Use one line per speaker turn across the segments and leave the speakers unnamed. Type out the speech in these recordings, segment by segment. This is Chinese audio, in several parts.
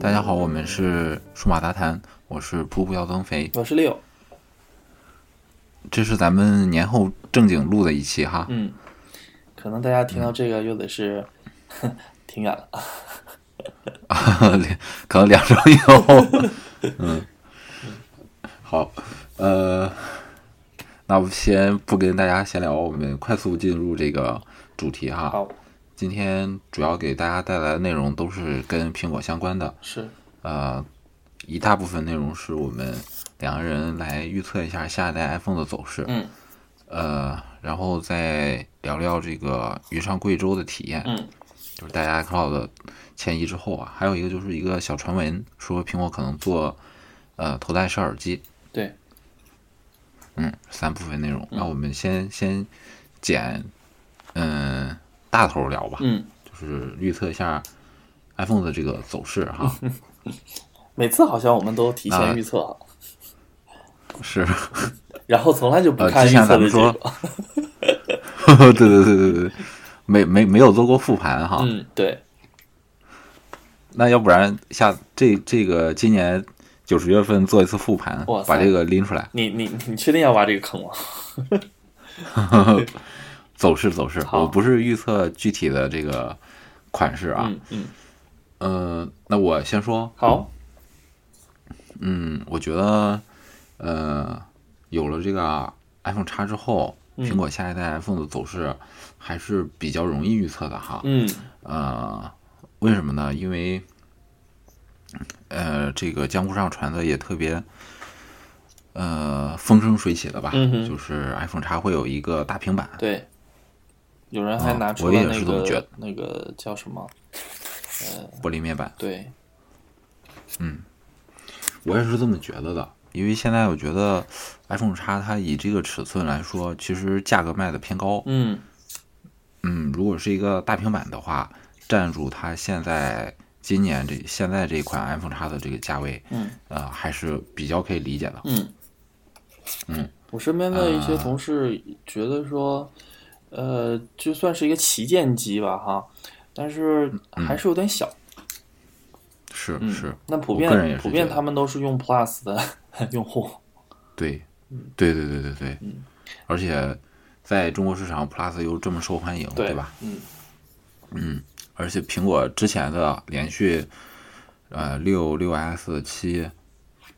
大家好，我们是数码杂谈，我是噗噗要增肥，
我是六，
这是咱们年后正经录的一期哈。
嗯，可能大家
嗯
听到这个又得是、 挺远了，
可能两周以后， 嗯，好，呃，那我先不跟大家闲聊，我们快速进入这个主题哈。
好，
今天主要给大家带来的内容都是跟苹果相关的，
是
呃，一大部分内容是我们两个人来预测一下下一代 iPhone 的走势，
嗯，
呃，然后再聊聊这个云上贵州的体验，
嗯，
就是大家 iCloud 迁移之后啊，还有一个就是一个小传闻说苹果可能做呃头戴式耳机，
对，
嗯，三部分内容，
嗯
那我们先先捡嗯大头聊吧，
嗯，
就是预测一下 iPhone 的这个走势哈。
每次好像我们都提
那
前预测，
是，
然后从来就不
呃，
看
之
预
前
测
咱们
的结
说
果，，
对对对对对，没没没有做过复盘哈。
嗯，对，
那要不然下这这个今年九十月份做一次复盘
哇，塞
把这个拎出来，
你你你确定要挖这个坑吗？
走势走势。
好
我不是预测具体的这个款式啊，
嗯嗯，
嗯、那我先说，
好，
嗯，我觉得，呃，有了这个 iPhone 叉之后，
嗯
苹果下一代 iPhone 的走势还是比较容易预测的哈。
嗯
呃，为什么呢？因为，呃，这个江湖上传的也特别，呃，风生水起的吧，
嗯哼
就是 iPhone 叉会有一个大平板，
对，有人还
啊
拿出
我
了
也
那
是这么觉
个
得
那个叫什么？
玻璃面板，
对，
我也是这么觉得的。因为现在我觉得 iPhone 叉它以这个尺寸来说，其实价格卖的偏高。
嗯
嗯，如果是一个大平板的话，站住它现在今年这现在这款 iPhone 叉的这个价位，
嗯，
呃，还是比较可以理解的。
嗯，
嗯，
我身边的一
啊
些同事觉得说，呃，就算是一个旗舰机吧，哈，但是
嗯
还是有点小。
是、
嗯，
是。
那普
我个人也
遍
是
普遍
觉得
他们都是用 Plus 的 用户。
对，
嗯
对对对对对，而且在中国市场，Plus 又这么受欢迎，对
对
吧？？嗯
嗯
而且苹果之前的连续呃六六 S 七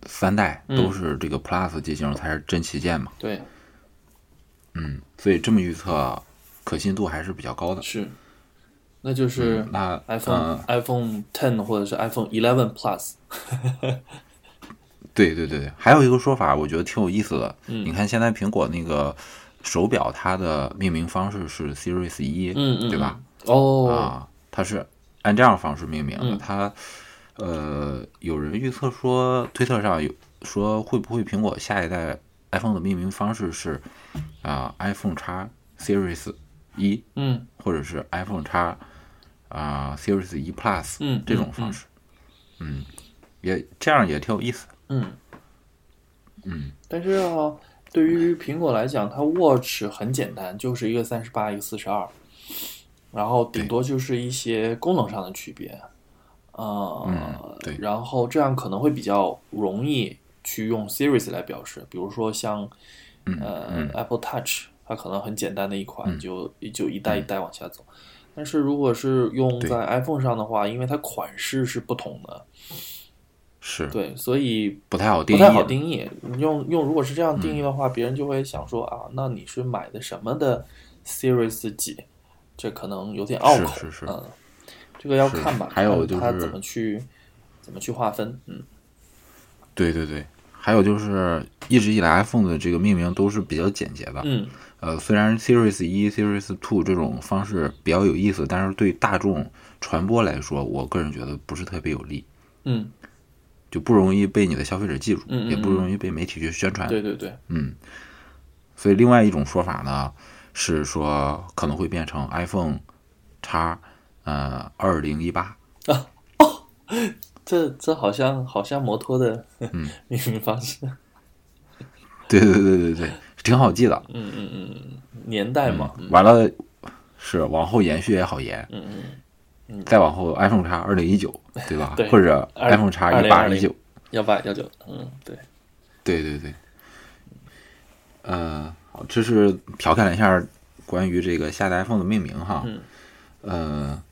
三代
嗯
都是这个 Plus 机型才是真旗舰嘛，
对，
嗯，所以这么预测可信度还是比较高的。
是，那就是
那
iPhone、
嗯
iPhone Ten 或者是 iPhone Eleven Plus。
对对对对，还有一个说法，我觉得挺有意思的。
嗯
你看现在苹果那个手表，它的命名方式是 Series 一、
嗯嗯，
对吧？
嗯？哦，
啊，它是按这样方式命名的。
嗯
它呃，有人预测说，推特上有说会不会苹果下一代 iPhone 的命名方式是啊、iPhone 叉 Series 一，
嗯
或者是 iPhone 叉啊、Series 一 Plus，
嗯
这种方式，嗯，也这样也挺有意思。
嗯，
嗯，
但是啊，对于苹果来讲，它 Watch 很简单，就是一个三十八，一个四十二，然后顶多就是一些功能上的区别，呃，
嗯对
然后这样可能会比较容易去用 Series 来表示，比如说像
嗯
呃、Apple Touch，它可能很简单的一款，就就一代一代往下走。但是如果是用
嗯对
在 iPhone 上的话，因为它款式是不同的，
是
对，所以
不太好定
不
义，嗯
太好定义。你用用如果是这样定义的话，别人就会想说啊，那你是买的什么的 Series 几？这可能有点拗口。
是是是
嗯，这个要
是
看吧，
还有
看
就是
它怎么去怎么去划分。嗯
对对对，还有就是一直以来 iPhone 的这个命名都是比较简洁的。
嗯，
呃，虽然 Series 一、Series Two 这种方式比较有意思，但是对大众传播来说，我个人觉得不是特别有利，
嗯，
就不容易被你的消费者记住，
嗯嗯
也不
嗯
容易被媒体去宣传。
对对对，
嗯，所以另外一种说法呢，是说可能会变成 iPhone 叉呃二零一八。
这这好像好像摩托的 命名方式。
对对对对对，挺好记的。
嗯嗯嗯，嗯年代嘛，嗯
完了，是往后延续也好延。嗯
嗯
再往后 iPhone 叉二零一九，对吧？
对
或者
二
iPhone 叉一八一九
2020，幺八幺九，嗯，对，
对对对。呃，好，这是调侃了一下关于这个下一代 iPhone 的命名哈。
嗯。
呃，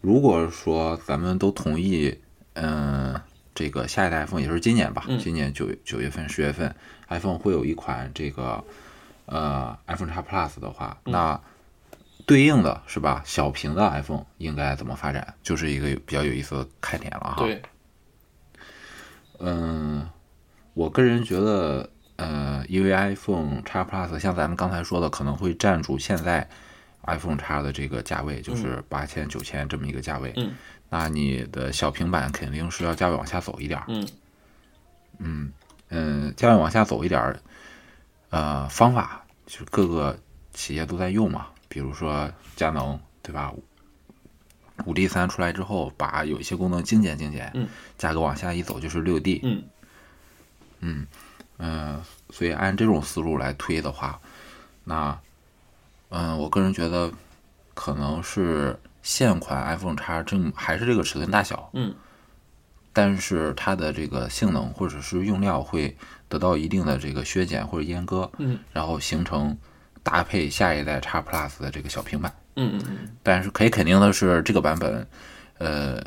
如果说咱们都同意，嗯、这个下一代 iPhone 也就是今年吧，
嗯
今年九九月份、十月份，iPhone 会有一款这个呃 iPhone X Plus 的话，
嗯
那对应的是吧，小屏的 iPhone 应该怎么发展，就是一个比较有意思的看点了哈。
对，
嗯，我个人觉得，呃，因为 iPhone X Plus 像咱们刚才说的，可能会站住现在 iPhone X 的这个价位，就是八千、九千这么一个价位。
嗯，
那你的小平板肯定是要价位往下走一点儿。
嗯
嗯，价位往下走一点儿，呃，方法就是各个企业都在用嘛，比如说佳能，对吧？五 D 三出来之后，把有一些功能精简精简，
嗯
价格往下一走就是六 D，
嗯
嗯，所以按这种思路来推的话，那，嗯，我个人觉得可能是现款 iPhone X 正还是这个尺寸大小，
嗯
但是它的这个性能或者是用料会得到一定的这个削减或者阉割，
嗯，
然后形成搭配下一代 X Plus 的这个小平板。
嗯嗯
但是可以肯定的是，这个版本，呃，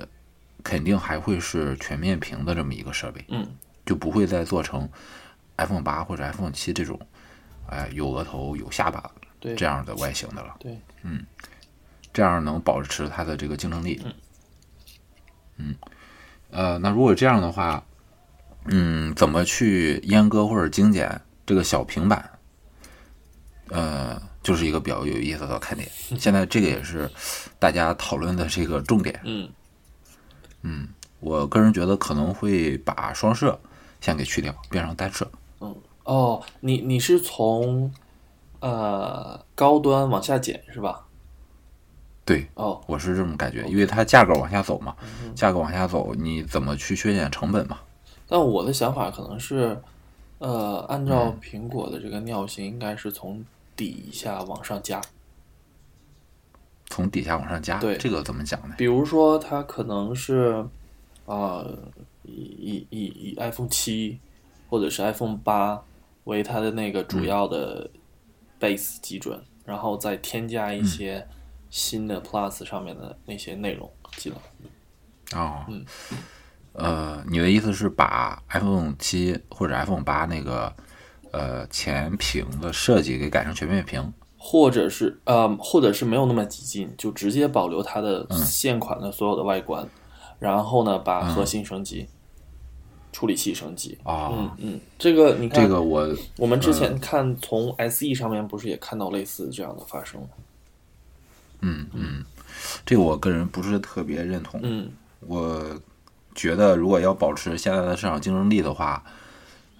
肯定还会是全面屏的这么一个设备。
嗯
就不会再做成 iPhone 八或者 iPhone 七这种，哎、有额头有下巴
对
这样的外形的了。嗯
对，
这样能保持它的这个竞争力。嗯，呃，那如果这样的话，嗯，怎么去阉割或者精简这个小平板？呃，就是一个比较有意思的 看点。现在这个也是大家讨论的这个重点。
嗯
我个人觉得可能会把双摄先给去掉，变成单摄。
嗯，哦，你你是从呃高端往下减是吧？
对，
哦，
我是这么感觉，因为它价格往下走
嗯
嘛，价格往下走，你怎么去削减成本嘛？
但我的想法可能是，呃，按照苹果的这个尿性，应该是从底下往上加。
从底下往上加，
对
这个怎么讲呢？
比如说，它可能是，啊、以以以以 iPhone 七或者是 iPhone 八为它的那个主要的 base 基准，然后再添加一些新的 Plus 上面的那些内容进来。
哦，
嗯
呃，你的意思是把 iPhone 七或者 iPhone 八那个呃前屏的设计给改成全面屏？
或者是呃，或者是没有那么激进，就直接保留它的现款的所有的外观，然后呢，把核心升级，处理器升级。
哦，
嗯嗯，这个你看，
这个我
我们之
嗯
前看从 SE 上面不是也看到类似这样的发生吗？
这个我个人不是特别认同，
嗯
我觉得如果要保持现在的市场竞争力的话，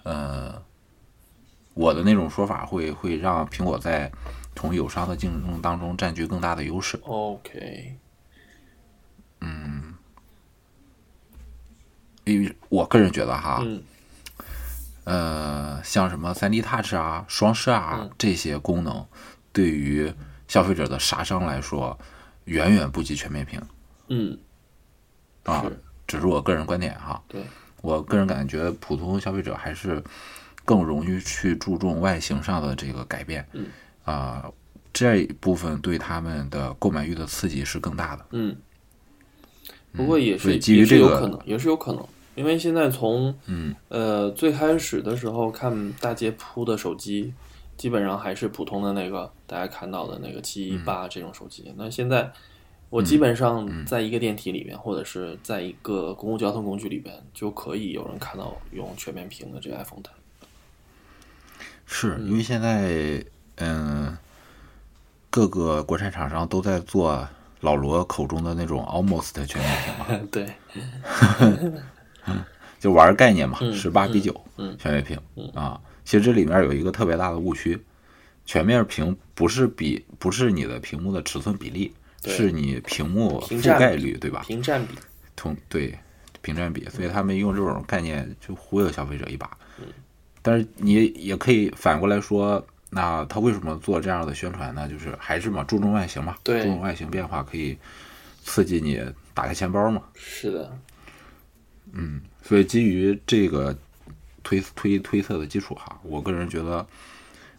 呃，我的那种说法会会让苹果在同友商的竞争当中占据更大的优势。
，OK，
因为我个人觉得哈，
嗯
呃，像什么三 D Touch 啊、双摄啊、这些功能，对于消费者的杀伤来说，远远不及全面屏
嗯，
啊
是。
只是我个人观点哈。
对，
我个人感觉，普通消费者还是更容易去注重外形上的这个改变，
嗯
啊、这一部分对他们的购买欲的刺激是更大的。
嗯，不过也
嗯所
是、
以基于
也是有
这个
可能，也是有可能，因为现在从
嗯
呃最开始的时候看大街铺的手机，基本上还是普通的那个大家看到的那个七一
嗯
八这种手机。那现在我基本上在一个电梯里面，或者是在一个公共交通工具里边，就可以有人看到用全面屏的这个 iPhone 的。
是因为现在，嗯，各个国产厂商都在做老罗口中的那种 almost 全面屏嘛，
对，
就玩概念嘛，
嗯
十八比九、
嗯
全面屏啊。其实这里面有一个特别大的误区，全面屏不是比不是你的屏幕的尺寸比例，
对
是你屏幕
屏
覆
占
盖率，对吧？
屏嗯占比，
同对屏占比，所以他们用这种概念就忽悠消费者一把。
嗯
但是你也可以反过来说，那他为什么做这样的宣传呢？就是还是嘛，注重外形嘛，注
对
重外形变化可以刺激你打开钱包嘛。
是的，
嗯，所以基于这个推推推测的基础哈，我个人觉得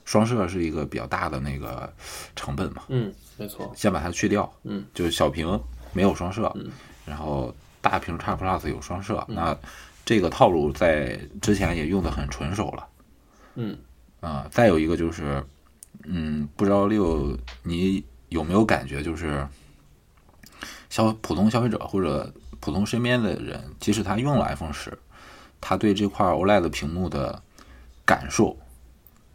双摄是一个比较大的那个成本嘛，
嗯，没错，
先把它去掉，
嗯，
就是小屏没有双摄，
嗯
然后大屏 X Plus 有双摄，那这个套路在之前也用的很纯熟了。
嗯
啊、再有一个就是，嗯，不知道六你有没有感觉，就是消普通消费者或者普通身边的人，即使他用了 iPhone 十，他对这块 OLED 屏幕的感受，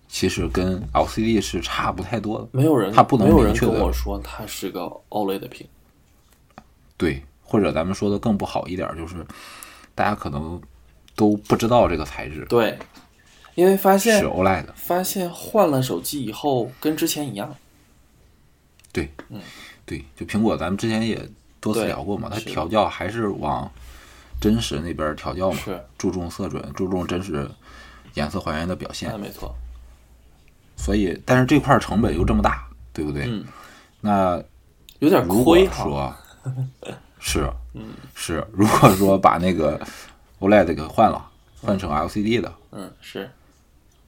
其实跟 LCD 是差不太多的。
没有人，
它不能
没有人
明确
跟
地
我说它是个 OLED 的屏，
对，或者咱们说的更不好一点，就是大家可能都不知道这个材质
对，因为发现
是 OLED 的。
发现换了手机以后跟之前一样，
对，
嗯，
对，就苹果，咱们之前也多次
对
聊过嘛，它
是的
调教还是往真实那边调教嘛，
是，
注重色准，注重真实颜色还原的表现
那，啊没错，
所以，但是这块成本又这么大，对不对？
嗯
那
有点
如果
亏哈， 嗯
说，是，是，如果说把那个 OLED 给换了，换成 LCD 的
嗯，是，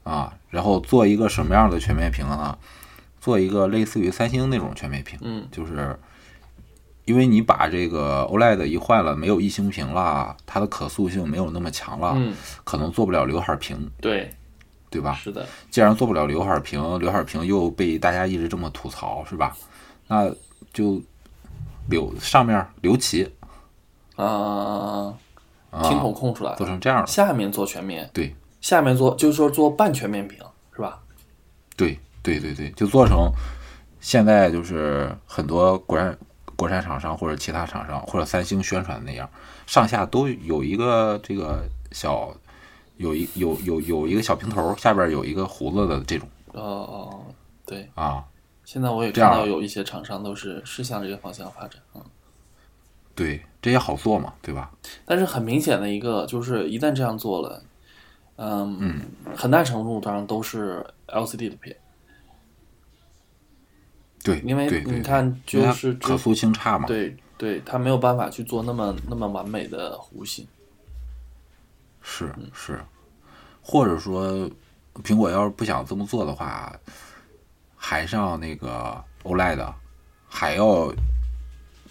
啊，然后做一个什么样的全面屏呢？做一个类似于三星那种全面屏，
嗯
就是因为你把这个 OLED 一换了，没有异星屏了，它的可塑性没有那么强了，
嗯，
可能做不了刘海屏，
对，
对吧？
是的，
既然做不了刘海屏，刘海屏又被大家一直这么吐槽，是吧？那就留上面留齐
啊，
啊，
听筒空出来
做，成这样了，
下面做全面，
对
下面做就是说做半全面屏是吧？
对对对对，就做成现在就是很多国产国产厂商或者其他厂商或者三星宣传的那样，上下都有一个这个小有一有有有一个小平头，下边有一个胡子的这种
哦哦，对，
啊，
现在我也
这样啊
看到有一些厂商都是是向这个方向发展，嗯，
对，这也好做嘛，对吧？
但是很明显的一个就是一旦这样做了，嗯，很大程度上都是 LCD 的屏，
对，
因为
对对
你
对
看
因为它
就是
可
之
塑性差嘛，
对对，它没有办法去做那么那么完美的弧形，
是是，或者说苹果要是不想这么做的话，还上那个 OLED，还要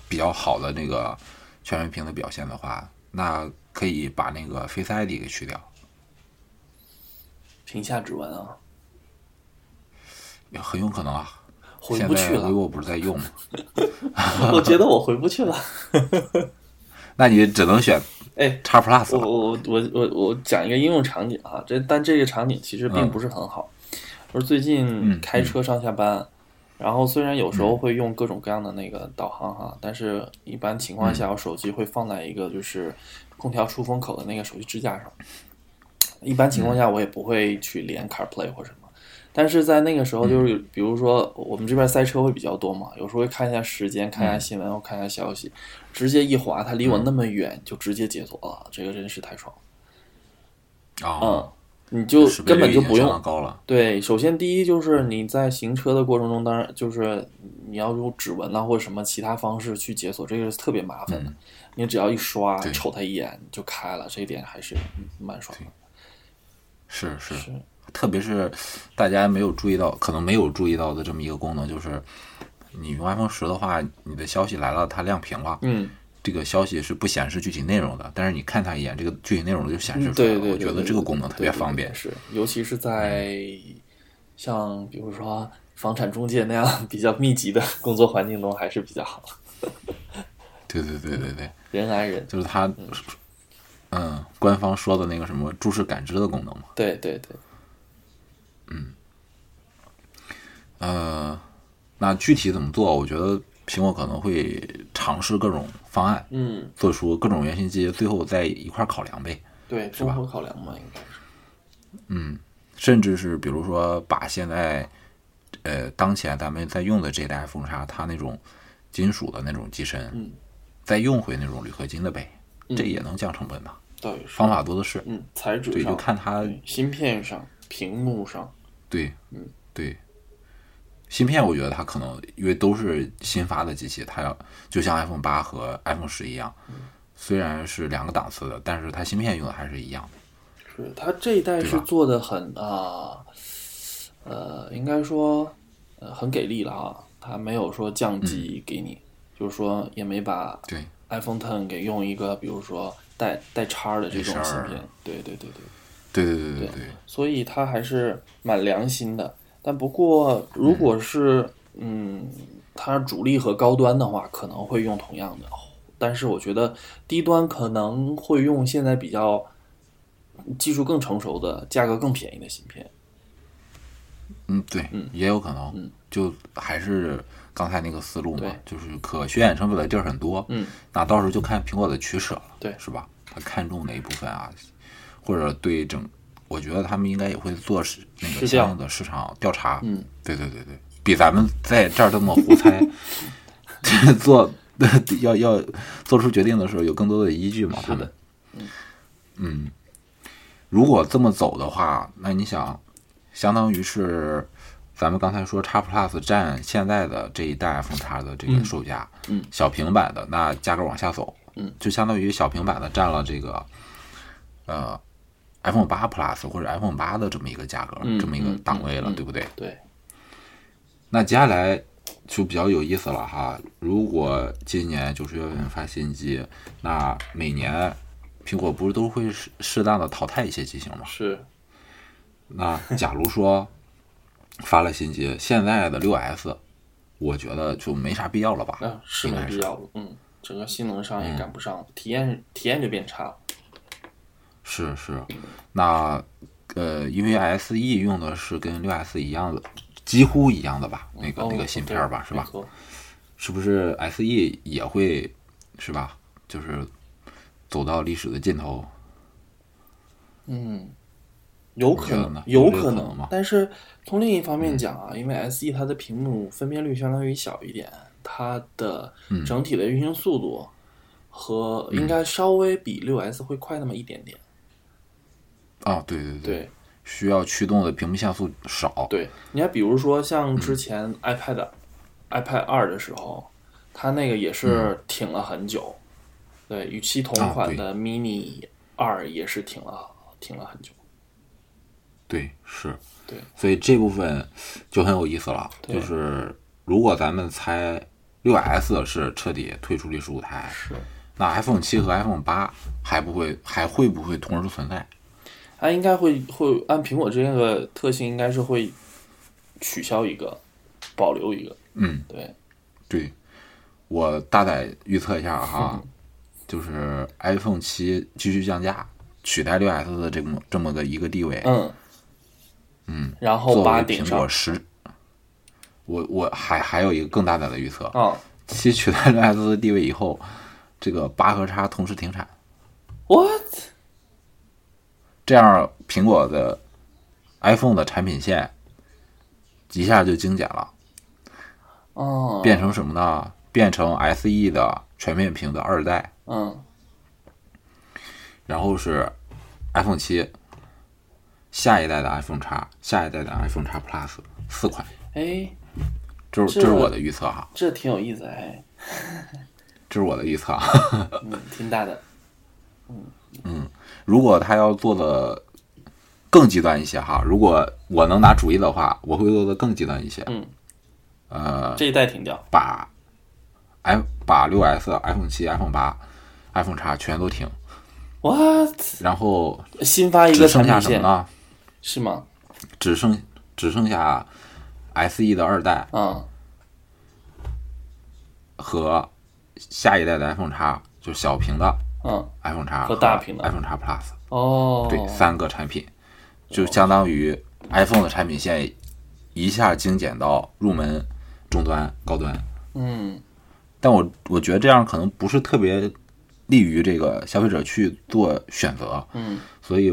比较好的那个全面屏的表现的话，那可以把那个 Face ID 给去掉，
屏下指纹啊，
也很有可能啊。
回
现
不
在
去了，
vivo 不是在用吗？
我觉得我回不去了。
那你只能选
哎，
X Plus
我
了。
我我我我讲一个应用场景啊，这但这个场景其实
嗯
并不是很好。我最近开车上下班，然后虽然有时候会用各种各样的那个导航哈，但是一般情况下我手机会放在一个就是空调出风口的那个手机支架上。一般情况下我也不会去连 CarPlay 或什么，但是在那个时候就是比如说我们这边塞车会比较多嘛，有时候会看一下时间，看一下新闻，或看一下消息，直接一滑，它离我那么远就直接解锁了，这个真是太爽了。
啊，
嗯，你就
识别
根本
率
就
已经
不
相
用
当高了。
对，首先第一就是你在行车的过程中，当然就是你要用指纹啊啦、或者什么其他方式去解锁，这个是特别麻烦的。你只要一刷，
嗯对
瞅他一眼你就开了，这一点还是嗯蛮爽的。
是是
是，
特别是大家没有注意到，可能没有注意到的这么一个功能，就是你用 iPhone 十的话，你的消息来了，它亮屏了，
嗯，
这个消息是不显示具体内容的，但是你看它一眼，这个具体内容就显示出来了。
嗯对对，
我觉得这个功能特别方便。嗯
是，尤其是在像比如说房产中介那样比较密集的工作环境中，还是比较好，
对对对
嗯
对对，
人挨人。
就是它，嗯，官方说的那个什么注视感知的功能嘛。
对对对，
呃，那具体怎么做？我觉得苹果可能会尝试各种方案，
嗯，
做出各种原型机，最后再一块儿考量呗。
对，综合考量嘛，应该是。
甚至是比如说把现在呃当前咱们在用的这代 iPhone 叉，它那种金属的那种机身，
嗯
再用回那种铝合金的呗，这也能降成本吧？
倒也是。
方法多的是，
嗯，材质
对，
上嗯
就看它
对芯片上、屏幕上，
对，
嗯
对，芯片我觉得它可能因为都是新发的机器，它要就像 iPhone 八和 iPhone 十一样，
嗯
虽然是两个档次的，但是它芯片用的还是一样的。
是它这一代
对
是
吧
做的很啊，呃，应该说呃很给力了啊，它没有说降
嗯
级给你，就是说也没把
对，
iPhone Ten 给用一个比如说带带叉儿的这种芯
A12
片，对对对对，
对对对对对，
所以它还是蛮良心的。但不过如果是嗯，它主力和高端的话，可能会用同样的，但是我觉得低端可能会用现在比较技术更成熟的、价格更便宜的芯片。
嗯对，也有可能，
嗯
就还是刚才那个思路嘛，就是可削减成本的地儿很多，
嗯，
那到时候就看苹果的取舍了，
对
是吧？他看重哪一部分啊，或者对整，我觉得他们应该也会做市那个
是这样
相应的市场调查，
嗯，
对对对对，比咱们在这儿这么胡 猜做要要做出决定的时候有更多的依据嘛，他
的
们，嗯如果这么走的话，那你想，相当于是咱们刚才说 x Plus 占现在的这一代 iPhone X 的这个售价，
嗯
小平板的那价格往下走，
嗯，
就相当于小平板的占了这个，呃，iPhone 八 Plus 或者 iPhone 八的这么一个价格，
嗯
这么一个
嗯
档位了，
嗯嗯
对不对？
对，
那接下来就比较有意思了哈。如果今年九十月份发新机，那每年苹果不是都会适适当的淘汰一些机型吗？
是
那假如说发了新机，现在的六 S，我觉得就没啥必要了吧？
啊，是
应
没
该
必
是
要了。嗯，整个性能
嗯
上也赶不上，体验体验就变差了。
是是，那呃，因为 SE 用的是跟六 S 一样的，几乎一样的吧，那个、
哦
那个芯片儿吧，
对
是吧
没？错
是不是 SE 也会是吧？就是走到历史的尽头，
嗯，有
你
可
觉得呢
能，
有
有
这个
可
可能
能
吗
但是从另一方面讲啊，因为 SE 它的屏幕分辨率相当于小一点，它的整体的运行速度和应该稍微比六 S 会快那么一点点。
哦，对对对，
对
需要驱动的屏幕像素少，
对，你看，比如说像之前 iPad、iPad 二的时候，它那个也是挺了很久。嗯对，与其同
啊
款
对
的 Mini 二也是挺了挺了很久。
对，是，
对，
所以这部分就很有意思了。
对
就是如果咱们猜六 S 是彻底退出历史舞台，
是。
那 iPhone 七和 iPhone 八还不会还会不会同时存在？
它应该会会按苹果这个特性，应该是会取消一个，保留一个。
嗯，
对，
对，我大胆预测一下哈，
嗯
就是 iPhone 七继续降价，取代六 S 的这么这么个一个地位，
嗯嗯，然后
作为
八顶
苹
上
果十。我我还还有一个更大胆的预测，
啊，
七取 代六 S 的地位以后，这个八和叉同时停产，
what
这样苹果的 iPhone 的产品线一下就精简了，
啊，
变成什么呢？变成 SE 的全面屏的二代，
嗯
然后是 iPhone 七，下一代的 iPhone 叉，下一代的 iPhone 叉 Plus 四款，
哎，
这是
这
这是我的预测哈，
这挺有意思哎，
这是我的预测啊。
嗯，挺大的，
如果他要做的更极端一些哈，如果我能拿主意的话，我会做的更极端一些。
嗯，
呃，
这一代停掉，
把 i 把六 S、iPhone 七、iPhone 八、iPhone 叉全都停，
what
然后
新发一
只
个产
剩下
品
什么
线
呢？
是吗？
只剩只剩下 SE 的二代
啊，
和下一代的 iPhone 叉，就小屏的
嗯，
iPhone 叉
和大屏的
iPhone 叉 Plus。
哦，
对，三个产品，就相当于 iPhone 的产品线一下精简到入门、中端、高端。
嗯，
但我我觉得这样可能不是特别利于这个消费者去做选择，
嗯，
所以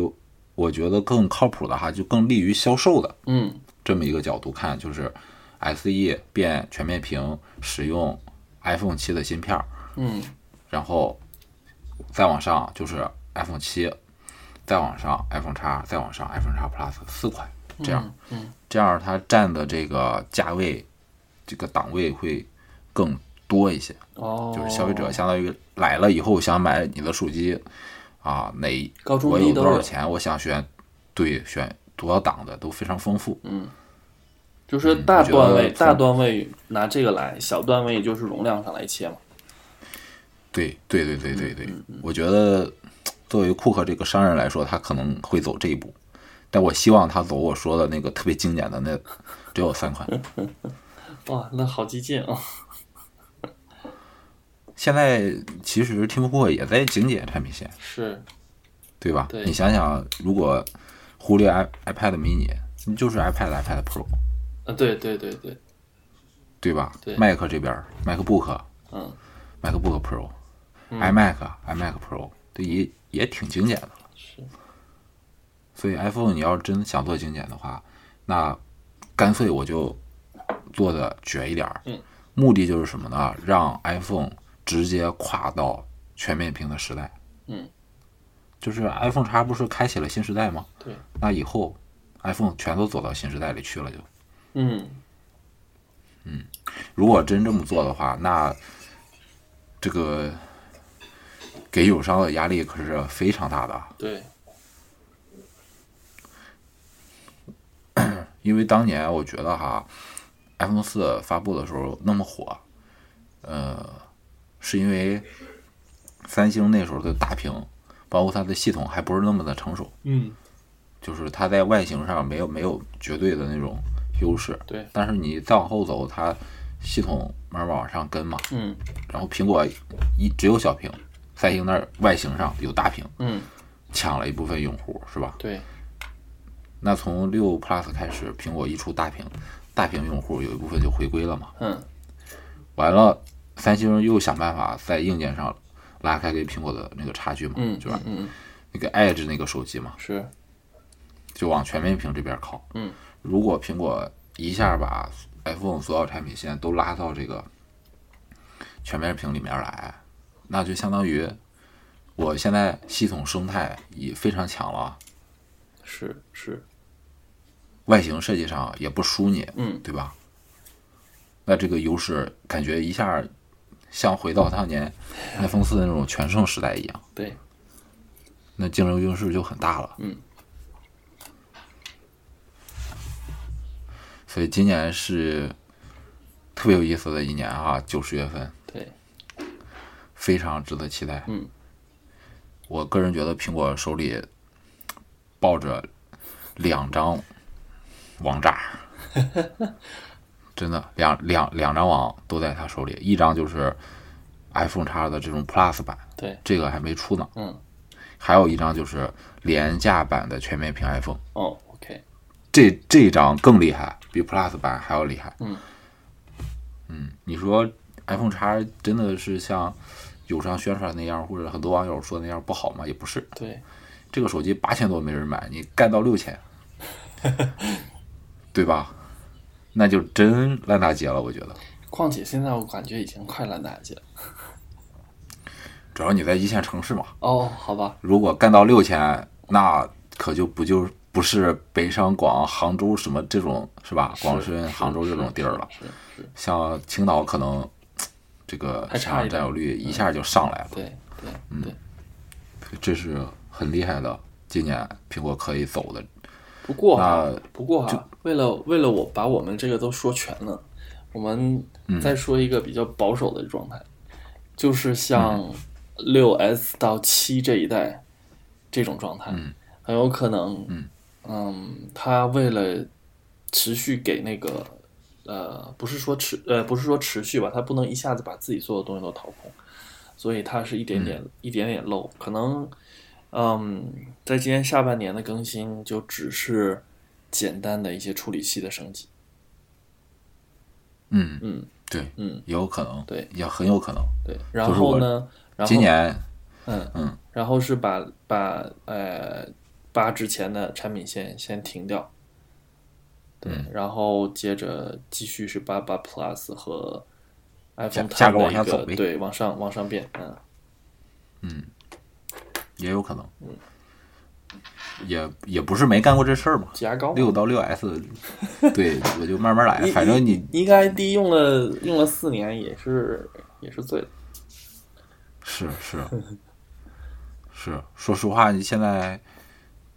我觉得更靠谱的哈，就更利于销售的
嗯，
这么一个角度看，就是 SE 变全面屏，使用 iPhone 七的芯片儿，
嗯，
然后再往上就是 iPhone 七，再往上 iPhone 叉，再往上 iPhone 叉 Plus 四款，这样，
嗯，
这样它占的这个价位这个档位会更多一些。
哦，
就是消费者相当于来了以后想买你的手机啊，哪
高中
我有
低都
多少钱，我想选，对，选多少档的都非常丰
嗯
富。
就是大
觉
段
得
位，大
从
段位拿这个来，小段位就是容量上来切嘛。
对对对对
嗯
对对，我觉得作为库克这个商人来说，他可能会走这一步，但我希望他走我说的那个特别经典的那只有三
嗯
款。
哇，那好激进啊！
现在其实 Tim Cook 也在精简产品线，
是，
对吧？
对
你想想，如果忽略 i iPad mini，你就是 iPad iPad Pro，
啊，对对对对，
对吧
对
？Mac 这边儿 MacBook、
嗯，
MacBook Pro、iMac、iMac Pro，对，也也挺精简的了。
是，
所以 iPhone 你要真想做精简的话，那干脆我就做的绝一点儿。
嗯，
目的就是什么呢？让 iPhone 直接跨到全面屏的时代。
嗯，
就是 iPhone 叉不是开启了新时代吗？
对，
那以后 iPhone 全都走到新时代里去了就。
嗯，
如果真这么做的话，那这个给友商的压力可是非常大的，
对，
因为当年我觉得哈，iPhone 四发布的时候那么火，呃，是因为三星那时候的大屏，包括它的系统还不是那么的成熟，
嗯，
就是它在外形上没有没有绝对的那种优势。
对，
但是你再往后走，它系统慢慢往上跟嘛，
嗯
然后苹果一只有小屏，三星那儿外形上有大屏，
嗯，
抢了一部分用户，是吧？
对，
那从六 Plus 开始，苹果一出大屏，大屏用户有一部分就回归了嘛。
嗯，
完了，三星又想办法在硬件上拉开跟苹果的那个差距嘛，
嗯，
就是
嗯嗯，
那个 Edge 那个手机嘛，
是，
就往全面屏这边靠。
嗯，
如果苹果一下把 iPhone 所有产品线都拉到这个全面屏里面来，那就相当于我现在系统生态已非常强了，
是是，
外形设计上啊也不输你，
嗯，
对吧？那这个优势感觉一下像回到当 年 iPhone 四那种全盛时代一样，
对，
那竞争优势就很大了。
嗯。
所以今年是特别有意思的一年啊，九十月份
对，
非常值得期待。
嗯。
我个人觉得苹果手里抱着两张王 炸，真的两两两张网都在他手里，一张就是 iPhone 叉的这种 Plus 版，
对，
这个还没出呢。
嗯，
还有一张就是廉价版的全面屏 iPhone，
哦，OK，
这这张更厉害，比 Plus 版还要厉害。
嗯
嗯你说 iPhone 叉真的是像友商宣传那样，或者很多网友说那样不好吗？也不是，
对，
这个手机八千多没人买，你干到六千，对吧？那就真烂大街了，我觉得。
况且现在我感觉已经快烂大街了。
主要你在一线城市嘛，
哦，好吧，
如果干到六千，那可就不就不是北上广、杭州什么这种是吧？广
是
深、
是
杭州这种地儿了。
是是，
像青岛可能这个
还
市
差一
场
点
占有率一下就上来了，
对对对。
这是很厉害的。今年苹果可以走的，
不过哈
那，
不过哈，为了为了我把我们这个都说全了，我们再说一个比较保守的状态，就是像六 S 到七这一代这种状态，很有可能，嗯它为了持续给那个呃，不是说持呃不是说持续吧，它不能一下子把自己所有东西都掏空，所以它是一点点、一点点漏，可能。嗯，在今年下半年的更新就只是简单的一些处理器的升级。
嗯，
嗯，
对，
嗯，
也有可能，
对，
也很有可能。
对。然后呢？然后
今年
嗯
嗯，
然后是把把呃把之前的产品线先停掉。对，
嗯
然后接着继续是八八 Plus 和 iPhone
价格
X 的
往下
一个
走呗
对往上往上变，嗯，
也有可能。也也不是没干过这事儿嘛。
挤牙膏
六到六 S，对我就慢慢来，反正你
应该第一用了用了四年也是也是醉了。
是 是是，说实话，你现在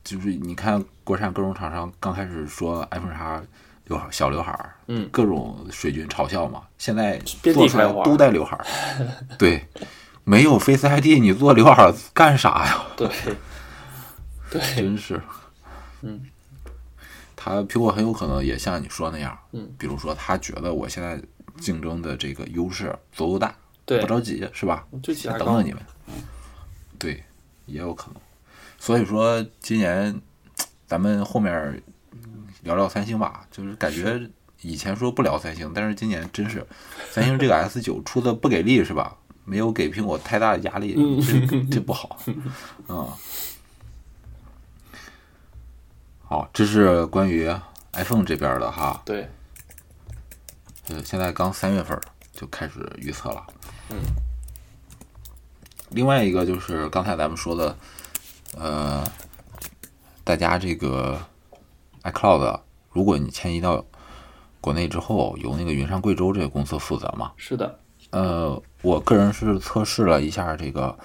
就是你看国产各种厂商刚开始说 iPhone 叉刘海小刘海儿，
嗯
各种水军嘲笑嘛，现在
遍地
做出来
开花
都带刘海儿，对，没有 Face ID 你做刘海儿干啥呀？
对，对，
真是，
嗯，
他苹果很有可能也像你说那样，
嗯，
比如说他觉得我现在竞争的这个优势足够大，
对
不，着急是吧？
就挤牙
等
膏
等你。们，对，也有可能。所以说今年咱们后面聊聊三星吧，就是感觉以前说不聊三星，但是今年真是三星这个 S 九出的不给力是吧？没有给苹果太大的压力，这这不好，嗯。好，这是关于 iPhone 这边的哈，
对，
呃，现在刚三月份儿就开始预测了。
嗯。
另外一个就是刚才咱们说的，呃，大家这个 iCloud，如果你迁移到国内之后，由那个云山贵州这个公司负责嘛。
是的，
呃，我个人是测试了一下这个，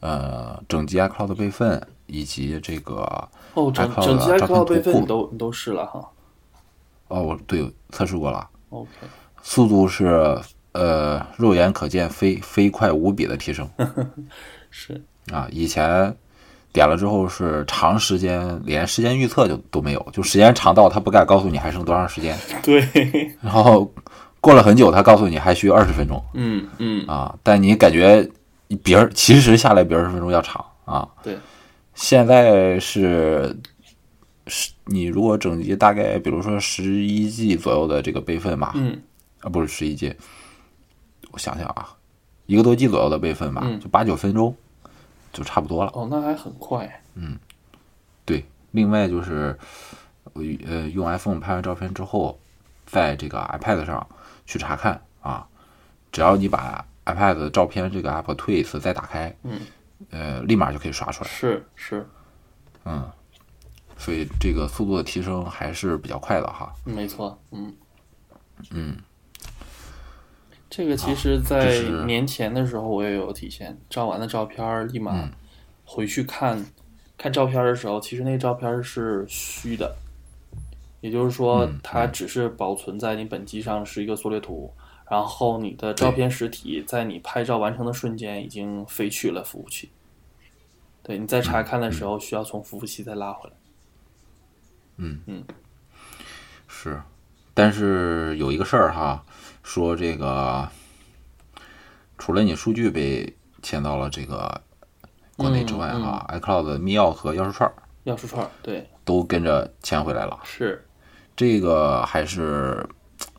呃，整机 iCloud 备份以及这个，
哦，整
iCloud
整机
的照片
iCloud 备
图
份
库
你都你都试了哈
哦，我对测试过了，
？OK，
速度是呃肉眼可见飞飞快无比的提升
是，
啊！以前点了之后是长时间连时间预测就都没有，就时间长到他不敢告诉你还剩多长时间，
对，
然后过了很久他告诉你还需二十分钟
嗯嗯，
啊，但你感觉比二其实下来比二十分钟要长啊。
对，
现在是是，你如果整机大概比如说十一 G 左右的这个备份吧，
嗯
啊，不是十一 G，我想想啊，一个多 G 左右的备份吧，
嗯
就八九分钟就差不多了。
哦，那还很快，
对，另外就是，呃呃，用 iPhone 拍完照片之后，在这个 iPad 上去查看啊，只要你把 iPad 的照片这个 app 退一次再打开，
嗯，
呃，立马就可以刷出来。
是是，
嗯，所以这个速度的提升还是比较快的哈。
没错，嗯
嗯，
这个其实，
这
在
是
年前的时候我也有体现，照完了照片儿立
嗯
马回去看，看照片儿的时候，其实那照片儿是虚的，也就是说
嗯，
它只是保存在你本机上是一个缩略图，然后你的照片实体在你拍照完成的瞬间已经飞去了服务器，对你在
嗯
查看的时候需要从服务器再拉回来。
是，但是有一个事儿哈，说这个除了你数据被迁到了这个国内之外哈、i c l o u d 的密钥和钥匙串儿
钥匙串儿，对，
都跟着迁回来了。
是，
这个还是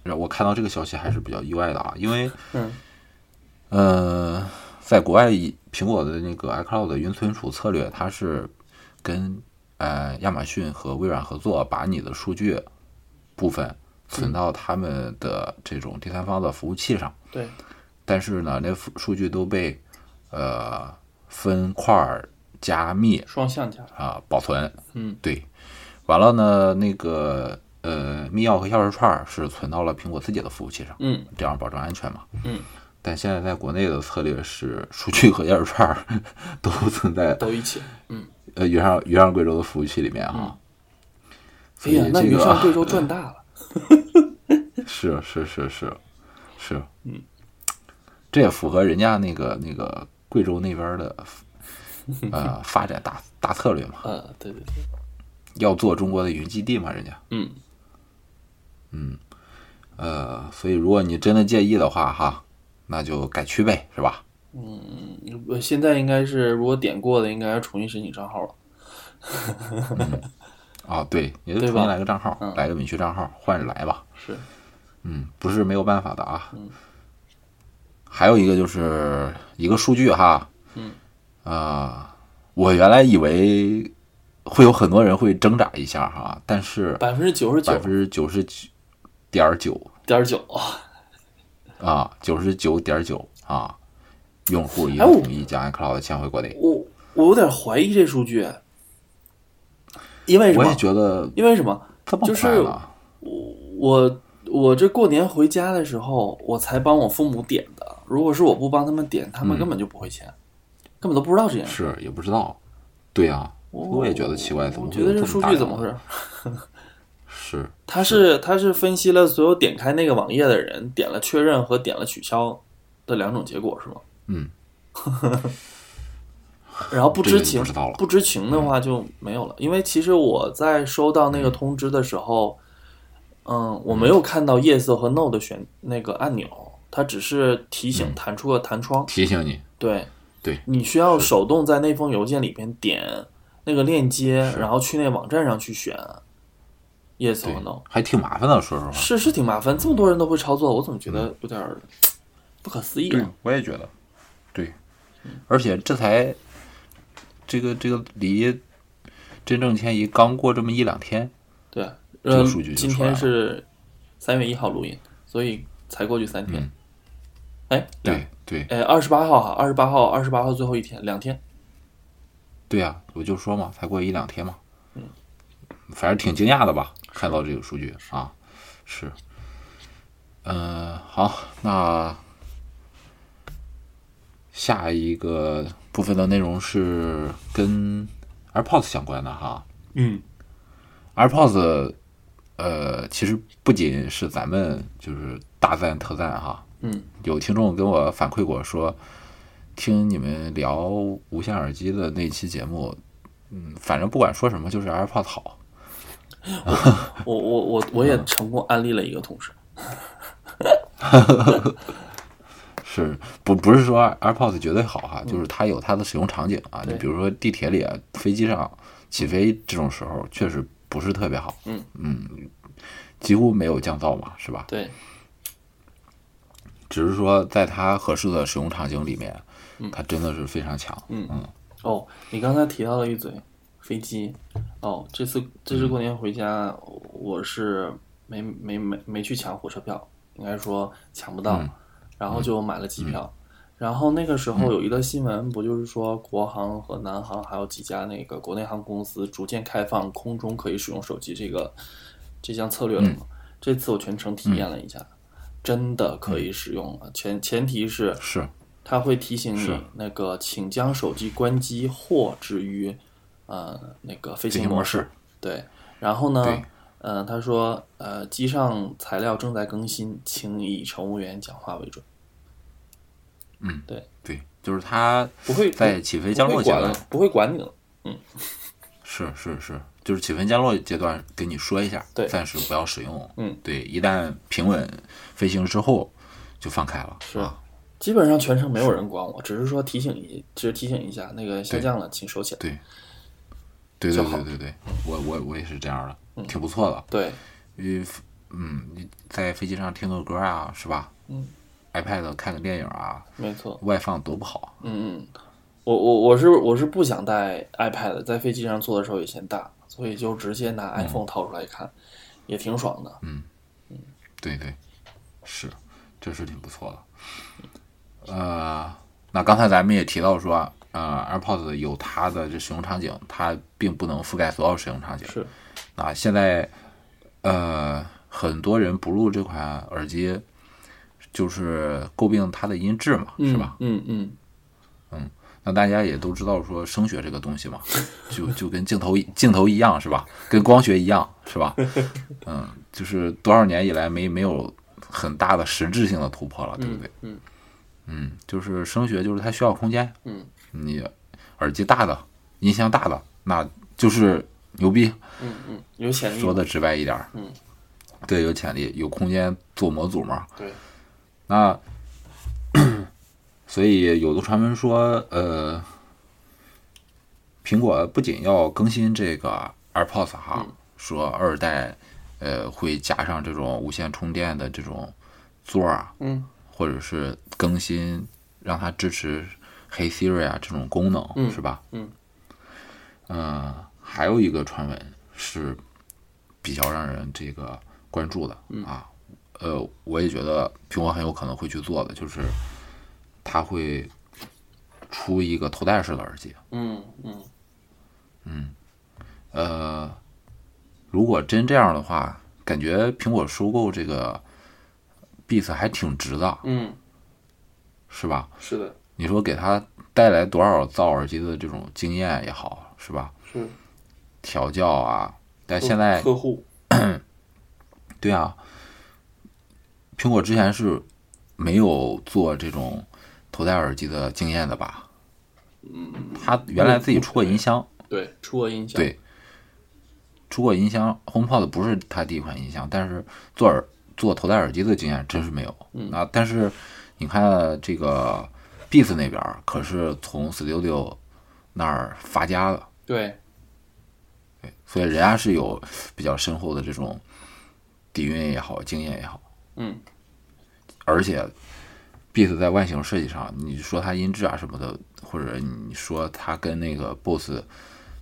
让我看到这个消息还是比较意外的啊，因为
嗯
呃，在国外以苹果的那个 iCloud 的云存储策略，它是跟呃亚马逊和微软合作，把你的数据部分
嗯
存到他们的这种第三方的服务器上。
对，
但是呢，那数数据都被呃分块儿加密
双向加，
啊、保存。
嗯，
对。完了呢，那个呃密钥和钥匙串儿是存到了苹果自己的服务器上。
嗯
这样保证安全嘛。
嗯。
但现在在国内的策略是，数据和钥匙串儿 都存在
都一起，嗯。
呃云上云上贵州的服务器里面啊。
哎
所以
呀，那
这
云
个
上贵州赚大 了。
是是是是是，嗯，这也符合人家那个那个贵州那边儿的呃发展大大策略嘛，
呃，对对对，
要做中国的云基地嘛，人家。嗯
嗯，
呃，所以如果你真的介意的话哈，那就改区呗，是吧？
呃现在应该是如果点过的，应该要重新申请账号了。
啊，对，也就
对
重
吧
新来个账号，
嗯
来个敏区账号，换着来吧。
是，
嗯，不是没有办法的啊。还有一个就是一个数据哈，
嗯，
呃，我原来以为会有很多人会挣扎一下哈，但是
百分之九十九
百分之九十九点九
点九。
啊，九十九点九啊，用户一
哎
个
我
同意将 iCloud 迁回国内。
我我有点怀疑这数据，因为什
我
么
也？觉得
因为什么？
这么
就是
快了，
我我这过年回家的时候，我才帮我父母点的。如果是我不帮他们点，他们
嗯
根本就不会签，根本都不知道这件事。
是也不知道。对呀、我也觉得奇怪，怎么
我
会
哦觉
有
得
这
这
么
数
大
据
量
怎么
的
回事？
是
他是他是分析了所有点开那个网页的人点了确认和点了取消的两种结果是吗？
嗯。
然后不
这个
知
就
情
不知道嗯了
不知情的话就没有了，因为其实我在收到
嗯
那个通知的时候，嗯，我没有看到 yes 和 no 的选那个按钮，它只是提醒弹出个弹窗，
提醒你，
对
嗯对
你需要手动在那封邮件里边点那个链接，然后去那网站上去选 yes
对
和 no。，
还挺麻烦的，说实话。
是是挺麻烦，这么多人都会操作，我怎么觉
嗯
得有点儿不可思议
对
啊？，
嗯我也觉得，对，而且这才这个这个离真正迁移刚过这么一两天，
对，呃，
这个数据就
今
出来
天
了
是三月一号录音，所以才过去三天
嗯。
哎、
对对
哎，二十八号哈，二十八号，二十八号最后一天，两天。
对呀、我就说嘛，才过一两天嘛，嗯反正挺惊讶的吧，看到这个数据啊，是，嗯、好，那下一个部分的内容是跟 AirPods 相关的哈，
嗯
AirPods，呃，其实不仅是咱们就是大赞特赞哈，
嗯，
有听众跟我反馈过说，听你们聊无线耳机的那期节目，嗯，反正不管说什么，就是 AirPods 好，
我我我我
嗯
也成功安利了一个同事，
是不不是说 AirPods 绝对好哈，就是它有它的使用场景啊，
嗯对
就比如说地铁里、啊、飞机上起飞这种时候，确实不是特别好，
嗯
几乎没有降噪嘛，是吧？
对，
只是说在它合适的使用场景里面，它真的是非常强，
嗯哦，你刚才提到了一嘴飞机，哦，这次这次过年回家，我是没没没没去抢火车票，应该说抢不到，然后就买了机票。然后那个时候有一个新闻，不就是说国航和南航还有几家那个国内航空公司逐渐开放空中可以使用手机这个这项策略了吗？这次我全程体验了一下，真的可以使用了。前前提是
是。
它会提醒
是
你那个，请将手机关机或置于呃那个
飞
飞行
行
模
模式。
对，然后呢
对，
呃，他说呃，机上材料正在更新，请以乘务员讲话为准。
对，就是它
不会
在起飞降
不
落
会
阶
管
段
了，，不会管你了。
是是是，就是起飞降落阶段给你说一下，
对
暂时不要使用。
嗯，
对，一旦平稳飞行之后就放开了。
是
啊，
基本上全程没有人管我，只是说提醒你，只是提醒一下那个下
对
降了，请收起来。
对，对
就
对
好嗯
对对对，我我我也是这样的，挺不错的。
对，
因为嗯，你在飞机上听个歌啊，是吧？
嗯
，iPad 看个电影啊，
没错。
外放多不好。
嗯嗯，我我我是我是不想带 iPad，的在飞机上坐的时候也嫌大，所以就直接
嗯
拿 iPhone 掏出来看，也挺爽的。
对对，是，这是挺不错的。呃，那刚才咱们也提到说，呃，AirPods 有它的这使用场景，它并不能覆盖所有使用场景。
是，
那现在，呃，很多人不入这款耳机，就是诟病它的音质嘛，是吧？？
嗯嗯，
那大家也都知道说声学这个东西嘛，就就跟镜头镜头一样是吧？跟光学一样是吧？嗯，就是多少年以来没没有很大的实质性的突破了，对不对？
嗯
嗯就是声学就是它需要空间，
嗯，
你耳机大的，音箱大的，那就是牛逼，
嗯嗯，有潜力。
说的直白一点儿，
嗯，
对，有潜力，有空间做模组嘛。
对，
那 所以有的传闻说，呃，苹果不仅要更新这个 AirPods
嗯
哈，说二代呃会加上这种无线充电的这种座儿啊，
嗯
或者是更新让它支持 Hey Siri 啊这种功能，
嗯
是吧？
嗯。
呃，还有一个传闻是比较让人这个关注的、啊，呃，我也觉得苹果很有可能会去做的，就是它会出一个头戴式的耳机，
嗯嗯，
呃，如果真这样的话，感觉苹果收购这个 Beats 还挺值的，
嗯，
是吧？
是的，
你说给他带来多少造耳机的这种经验也好，是吧？
是
调教啊，但现在
客户
对啊，苹果之前是没有做这种头戴耳机的经验的吧？嗯，他原来自己出过音箱，
对出过音响，
对，出过音箱，HomePod 不是他第一款音箱，但是做耳做头戴耳机的经验真是没有。
嗯
那但是你看这个 Beats 那边儿可是从 Studio 那儿发家的，
对
所以人家是有比较深厚的这种底蕴也好，经验也好。
嗯，
而且 Beats 在外形设计上，你说它音质啊什么的，或者你说它跟那个 Boss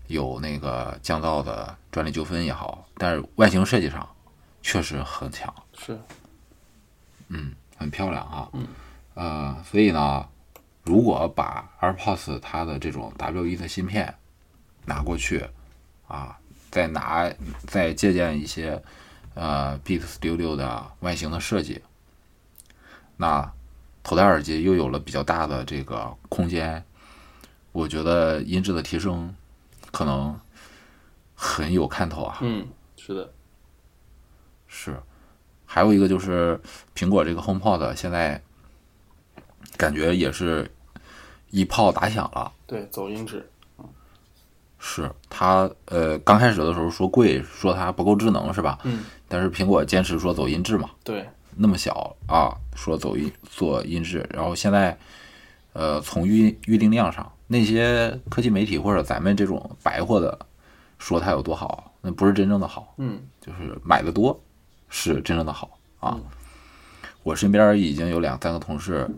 有那个降噪的专利纠纷也好，但是外形设计上确实很强，
是
嗯很漂亮啊。嗯。呃，所以呢，如果把 AirPods 它的这种 W1 的芯片拿过去啊，再拿再借鉴一些呃 Beat Studio 的外形的设计，那头戴耳机又有了比较大的这个空间，我觉得音质的提升可能很有看头啊。
嗯是的，
是，还有一个就是苹果这个 HomePod 现在感觉也是一炮打响了。
对走音质，
是它呃刚开始的时候说贵，说它不够智能是吧？
嗯
但是苹果坚持说走音质嘛，
对
那么小啊，说走音做音质，然后现在呃从预预定量上，那些科技媒体或者咱们这种白货的说它有多好，那不是真正的好。
嗯
就是买的多是真正的好啊。
嗯
我身边已经有两三个同事，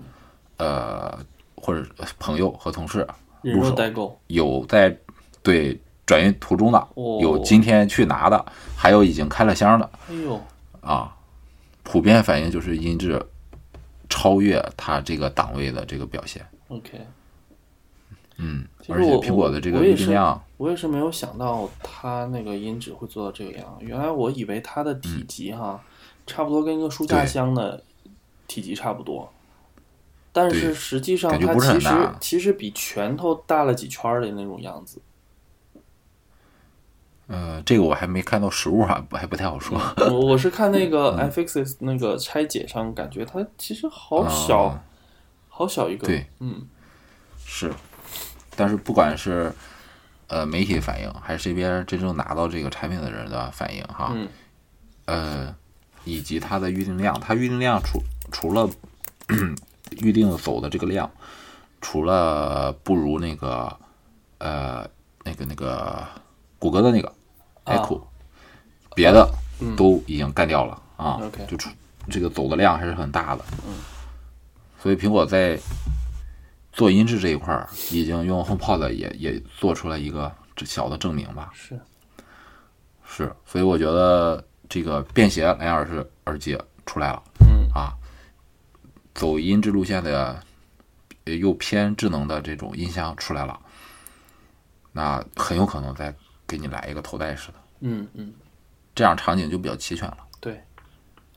呃，或者呃朋友和同事
人
入
肉
手
代购，
有在对转运途中的，
哦
有今天去拿的，还有已经开了箱的
哎呦
啊。普遍反应就是音质超越它这个档位的这个表现，
OK，
嗯，
其实
而且
我
苹果的这
我
个
也
预
是
定量，
我也是没有想到它那个音质会做到这个样。原来我以为它的体积哈，差不多跟一个书架
嗯对
箱的体积差不多，但是
对
实际上
感觉
它
不是
其
很
实
大
其实比拳头大了几圈儿的那种样子。
呃，这个我还没看到实物啊，还不太好说。
我我是看那
嗯
个 iFixit 那个拆解上，感觉它其实好小，
啊
好小一个。
对，
嗯，
是，但是不管是呃媒体的反应，还是这边真正拿到这个产品的人的反应哈，
嗯
呃，以及它的预定量，它预定量除除了预定走的这个量，除了不如那个呃那个那个谷歌的那个
啊嗯
Echo，、别的都已经干掉了啊，
OK 嗯
就出这个走的量还是很大的，所以苹果在做音质这一块儿，已经用 HomePod 也也做出了一个小的证明吧。
是
是，所以我觉得这个便携蓝牙耳式耳机出来了，
嗯
啊，走音质路线的呃又偏智能的这种音箱出来了，那很有可能再给你来一个头戴式的，
嗯嗯，
这样场景就比较齐全了。
对，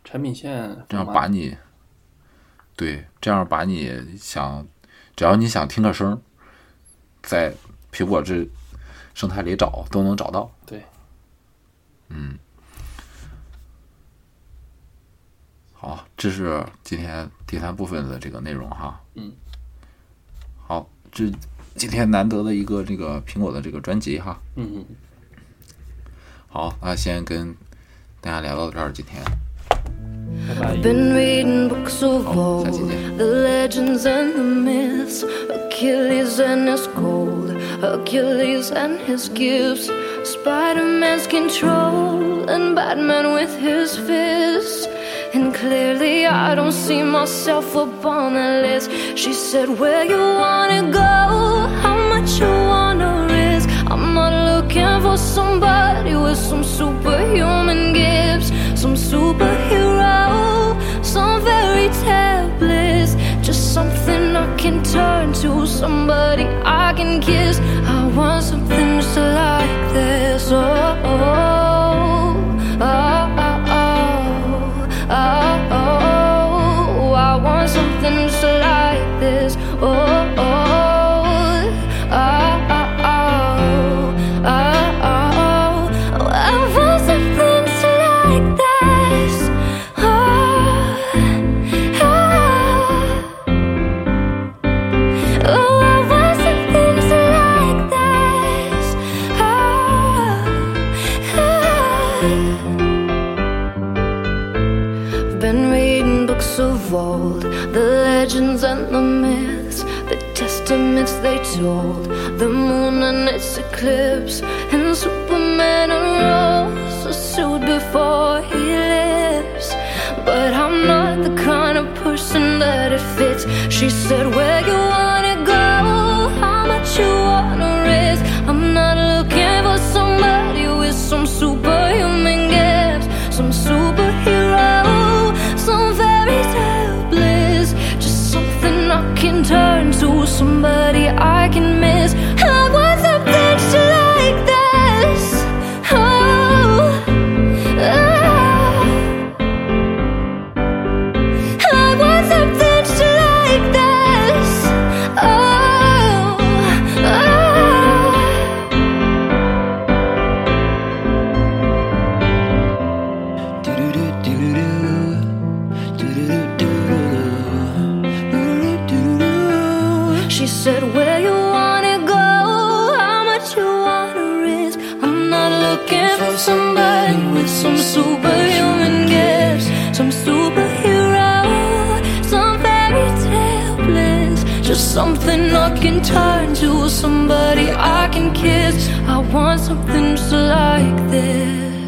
产品线
这样
蛮
把你，对，这样把你想，只要你想听个声儿，在苹果这生态里找都能找到。嗯
对，
好，这是今天第三部分的这个内容哈。
嗯。
好，这今天难得的一个这个苹果的这个专辑哈。
嗯嗯。
好，那先跟大家聊到这儿，今天。
拜拜。
Been reading books of
Oh,
old,
that's it.
the legends and the myths, Achilles and his gold, Hercules and his gifts, Spider Man's control, and Batman with his fists. And clearly, I don't see myself upon that list. She said, Where you wanna go? How much you wanna risk? I'm not looking for somebody with some superhuman gifts, some superhero, some fairy tale bliss. Just something I can turn to, somebody I can kiss. I want something just like this. soul. Oh, oh, oh, oh, oh. I want something just like this. Oh, oh, oh, oh, oh, oh, oh. I want something just like this. Oh, oh. Oh, I want something so like this. Oh, I've been reading books of old, the legends and the myths, the testaments they told, the moon and its eclipse, and Superman unrolls a suit before he lives. But I'm not the kind of person that it fits. She said, Where you wanna go, how much you wanna risk. I'm not looking for somebody with some superhuman gifts, some superhero, some fairy tale bliss. Just something I can turn to, somebody I can miss. I want something just like this. Oh, oh. I want something just like this. Oh, oh. She said, Where you wanna go? How much you wanna risk? I'm not looking for somebody with some superhuman gifts, some superhero, some fairy tale bliss. Just something I can turn to, somebody I can kiss. I want something just like this.